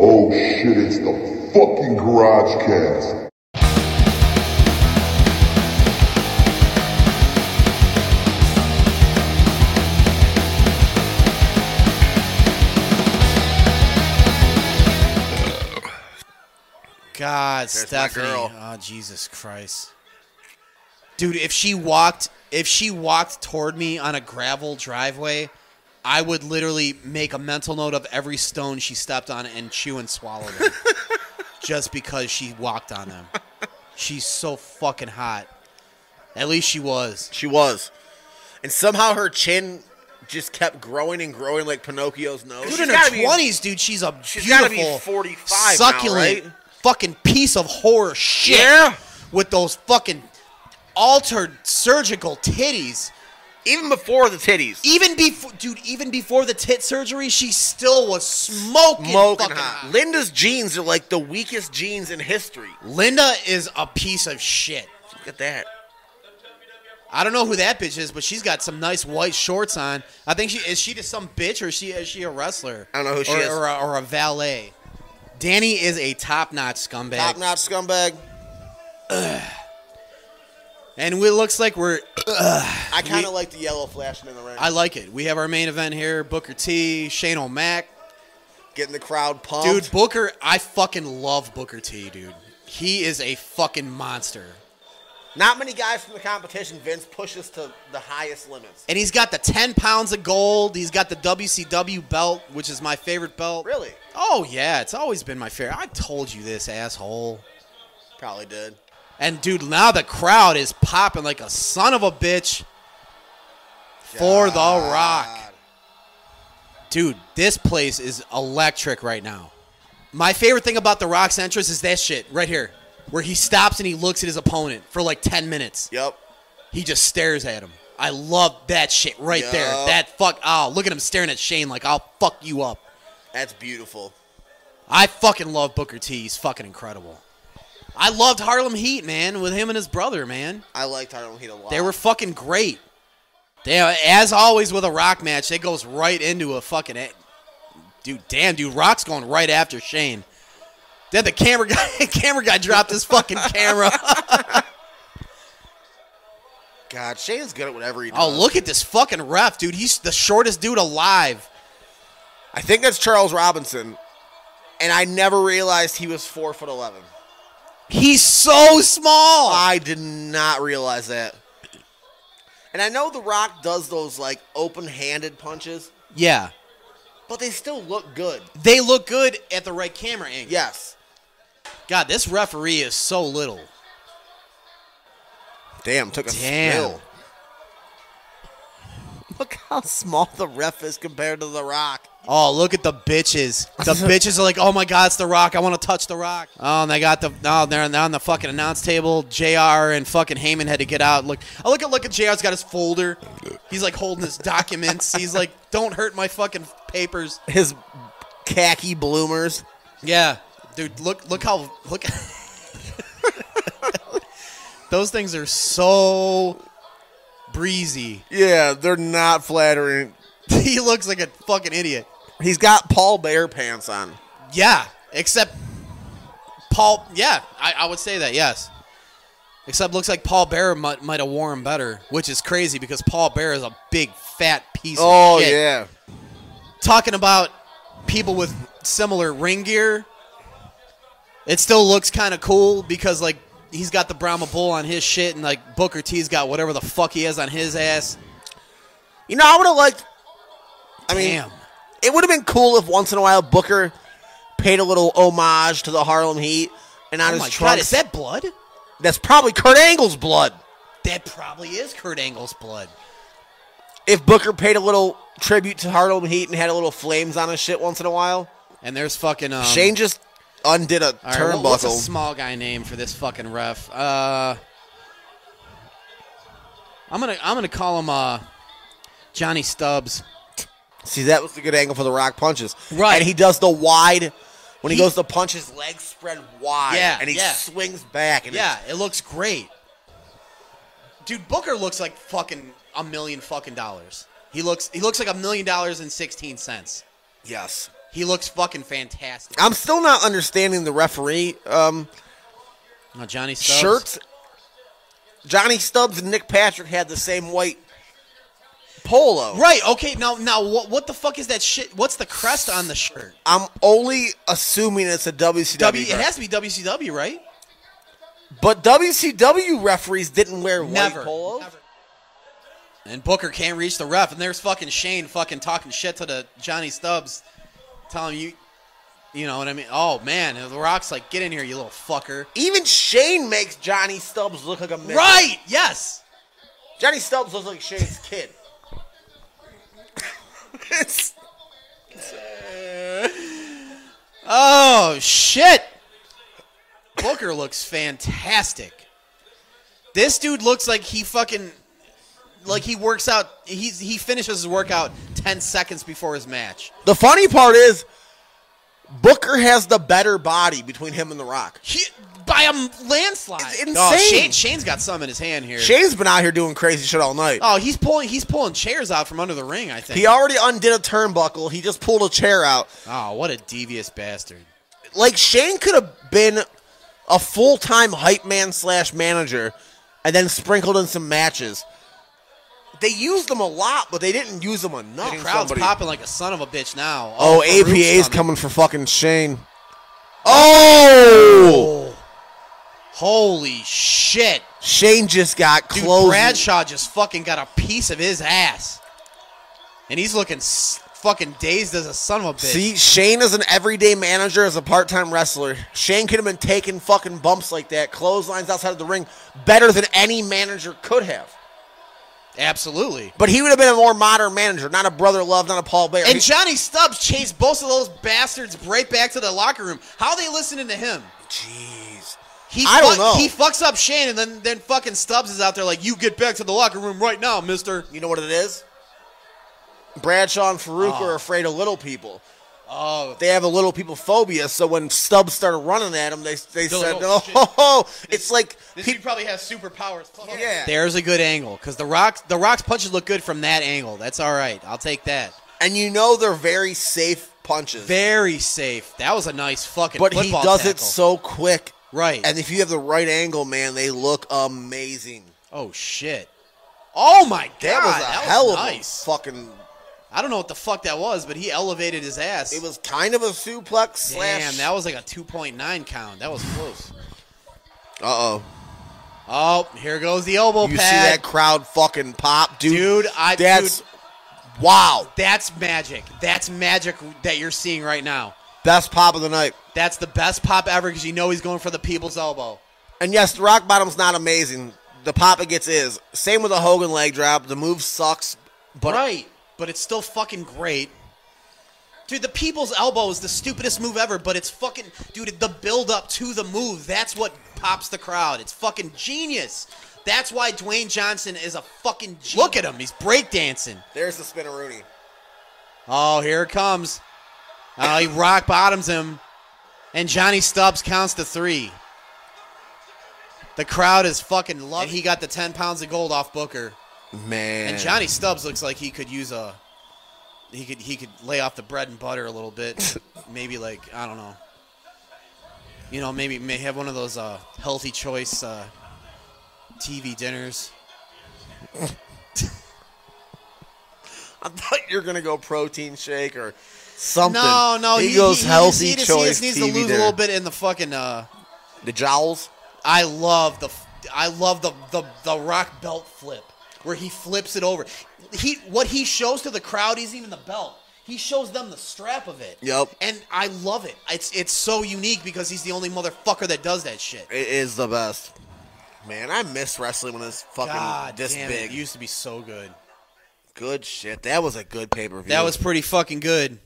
Oh, fucking garage cast. God, There's my Stephanie. girl. Oh, Jesus Christ. Dude, if she walked if she walked toward me on a gravel driveway, I would literally make a mental note of every stone she stepped on and chew and swallow them. just because she walked on them. She's so fucking hot. At least she was. She was. And somehow her chin just kept growing and growing like Pinocchio's nose. Dude, She's in her gotta be- twenties, dude, she's a she's gotta beautiful, be 45 now, succulent, right? fucking piece of horror shit. Yeah. with those fucking altered surgical titties. Even before the titties. Even before, dude, even before the tit surgery, she still was smoking, Smoking fucking hot. hot. Linda's jeans are like the weakest jeans in history. Linda is a piece of shit. Look at that. I don't know who that bitch is, but she's got some nice white shorts on. I think she is she just some bitch or is she is she a wrestler? I don't know who she or, is. or a, or a valet. Danny is a top-notch scumbag, Top notch scumbag. and it looks like we're I kind of like the yellow flashing in the ring. I like it. We have our main event here: Booker T, Shane O'Mac, Getting the crowd pumped. Dude, Booker, I fucking love Booker T, dude. He is a fucking monster. not many guys from the competition, Vince, pushes to the highest limits. And he's got the 10 pounds of gold. He's got the WCW belt, which is my favorite belt. Really? Oh, yeah. It's always been my favorite. I told you this, asshole. Probably did. And, dude, now the crowd is popping like a son of a bitch for The Rock. Dude, this place is electric right now. My favorite thing about The Rock's entrance is that shit right here, where he stops and he looks at his opponent for like 10 minutes. Yep. He just stares at him. I love that shit right Yup. there. That fuck. Oh, look at him staring at Shane like I'll fuck you up. That's beautiful. I fucking love Booker T. He's fucking incredible. I loved Harlem Heat, man, with him and his brother, man. I liked Harlem Heat a lot. They were fucking great. They, as always with a rock match, it goes right into a fucking. a- Dude, damn, dude, Rock's going right after Shane. Then the camera guy, camera guy dropped his fucking camera. God, Shane's good at whatever he does. oh, look at this fucking ref, dude. He's the shortest dude alive. I think that's Charles Robinson, and I never realized he was four foot eleven. He's so small. I did not realize that. And I know The Rock does those like open-handed punches, Yeah. but they still look good. They look good at the right camera angle. Yes, God, this referee is so little. damn, took a Damn. spill. Look how small the ref is compared to The Rock. Oh, look at the bitches. The bitches are like, oh my God, it's The Rock. I want to touch The Rock. Oh, and they got the, no, they're, they're on the fucking announce table. JR and fucking Heyman had to get out. Look, I look at, look at JR's got his folder. He's like holding his documents. He's like, don't hurt my fucking papers. His khaki bloomers. Yeah, dude, look look how look. Those things are so breezy. Yeah, they're not flattering. he looks like a fucking idiot. He's got Paul Bear pants on. Yeah, except Paul. Yeah, I, I would say that. Yes, except looks like Paul Bear might might have worn 'em better, which is crazy because Paul Bear is a big fat piece. Oh, of shit. talking about people with similar ring gear, it still looks kind of cool because like he's got the Brahma Bull on his shit, and like Booker T's got whatever the fuck he has on his ass. You know, I would have liked. I mean, Damn, it would have been cool if once in a while Booker paid a little homage to the Harlem Heat and on oh his my god, trunks. is that blood? That's probably Kurt Angle's blood. That probably is Kurt Angle's blood. If Booker paid a little tribute to Harlem Heat and had a little flames on his shit once in a while, And there's fucking um, Shane just undid a all right, turnbuckle. what- What's a small guy name for this fucking ref? Uh, I'm gonna I'm gonna call him uh, Johnny Stubbs. See, that was a good angle for the Rock punches. Right. and he does the wide. When he, He- goes to punch, his legs spread wide, Yeah, and he yeah. swings back. And Yeah, it looks great. Dude, Booker looks like fucking a million fucking dollars. He looks he looks like a million dollars and sixteen cents. it's- yes, He looks fucking fantastic. I'm still not understanding the referee um, Uh, Johnny Stubbs. shirts. Johnny Stubbs and Nick Patrick had the same white polo. Right. Okay. Now, now, what, what the fuck is that shit? What's the crest on the shirt? I'm only assuming it's a WCW. W. It ref. has to be WCW, right? but WCW referees didn't wear Never. white polos. Never. And Booker can't reach the ref, and there's fucking Shane fucking talking shit to the Johnny Stubbs, telling him you, you know what I mean? Oh man, and the Rock's like, get in here, you little fucker. Even Shane makes Johnny Stubbs look like a midget. Right? Yes. Johnny Stubbs looks like Shane's kid. It's- Oh shit! Booker looks fantastic. This dude looks like he fucking like he works out. He's he finishes his workout ten seconds before his match. the funny part is Booker has the better body between him and The Rock. He, by a m- landslide. It's Oh, insane. Shane, Shane's got some in his hand here. Shane's been out here doing crazy shit all night. oh, he's pulling he's pulling chairs out from under the ring. I think. He already undid a turnbuckle. He just pulled a chair out. oh, what a devious bastard. Like Shane could have been a full time hype man slash manager, and then sprinkled in some matches. They used them a lot, but they didn't use them enough. The crowd's Oh, Somebody- popping like a son of a bitch now. Oh, Farouk's APA's coming for fucking Shane. Oh, Holy shit! Shane just got Dude, closed. Bradshaw just fucking got a piece of his ass, and he's looking s- fucking dazed as a son of a bitch. See, Shane is an everyday manager as a part-time wrestler. Shane could have been taking fucking bumps like that, clotheslines outside of the ring, better than any manager could have. Absolutely. But he would have been a more modern manager, not a brother love, not a Paul Bear. And Johnny Stubbs chased both of those bastards right back to the locker room. How are they listening to him? jeez, He I don't fuck- know. He fucks up Shane, and then then fucking Stubbs is out there like, "You get back to the locker room right now, Mister." you know what it is? Bradshaw and Farouk Oh. are afraid of little people. Oh, They have a little people phobia, so when Stubbs started running at him, they they They're said, like, "Oh, "Oh, shit." ho, ho." it's like this pe- dude probably has superpowers. Yeah. There's a good angle because the rocks the rocks punches look good from that angle. That's all right. I'll take that. and you know they're very safe punches, Very safe. That was a nice fucking. but he football does it tackle. so quick. right. And if you have the right angle, man, they look amazing. oh shit. Oh my god. That was a that hell of nice. a fucking. I don't know what the fuck that was, but he elevated his ass. It was kind of a suplex Damn, slash. that was like a 2.9 count. That was close. uh oh. Oh, here goes the elbow You see pad. that crowd fucking pop, dude. Dude, I- that's dude. wow. That's magic. That's magic that you're seeing right now. Best pop of the night. That's the best pop ever because you know he's going for the people's elbow. And yes, the rock bottom's not amazing. The pop it gets is. Same with the Hogan leg drop. The move sucks, but right. But it's still fucking great. Dude, the people's elbow is the stupidest move ever, but it's fucking dude, the build up to the move, that's what pops the crowd. It's fucking genius. That's why Dwayne Johnson is a fucking genius. Look at him, he's breakdancing. there's the spinneroonie. Oh, here it comes. Oh, he rock bottoms him. And Johnny Stubbs counts to three. The crowd is fucking love. He got the 10 pounds of gold off Booker. Man, And Johnny Stubbs looks like he could use a he could he could lay off the bread and butter a little bit. maybe like I don't know. You know, maybe may have one of those uh, healthy choice uh, TV dinners. I thought you were gonna go protein shake or something. No, no, he, goes healthy he just, he choice. just needs TV to lose dinner. a little bit in the fucking. Uh, The jowls. I love the f- I love the, the the rock belt flip where he flips it over. He what he shows to the crowd isn't even the belt. He shows them the strap of it. Yup. And I love it. It's it's so unique because he's the only motherfucker that does that shit. It is the best. Man, I miss wrestling when it's fucking God this damn big. it. it used to be so good. good shit. That was a good pay per view. That was pretty fucking good.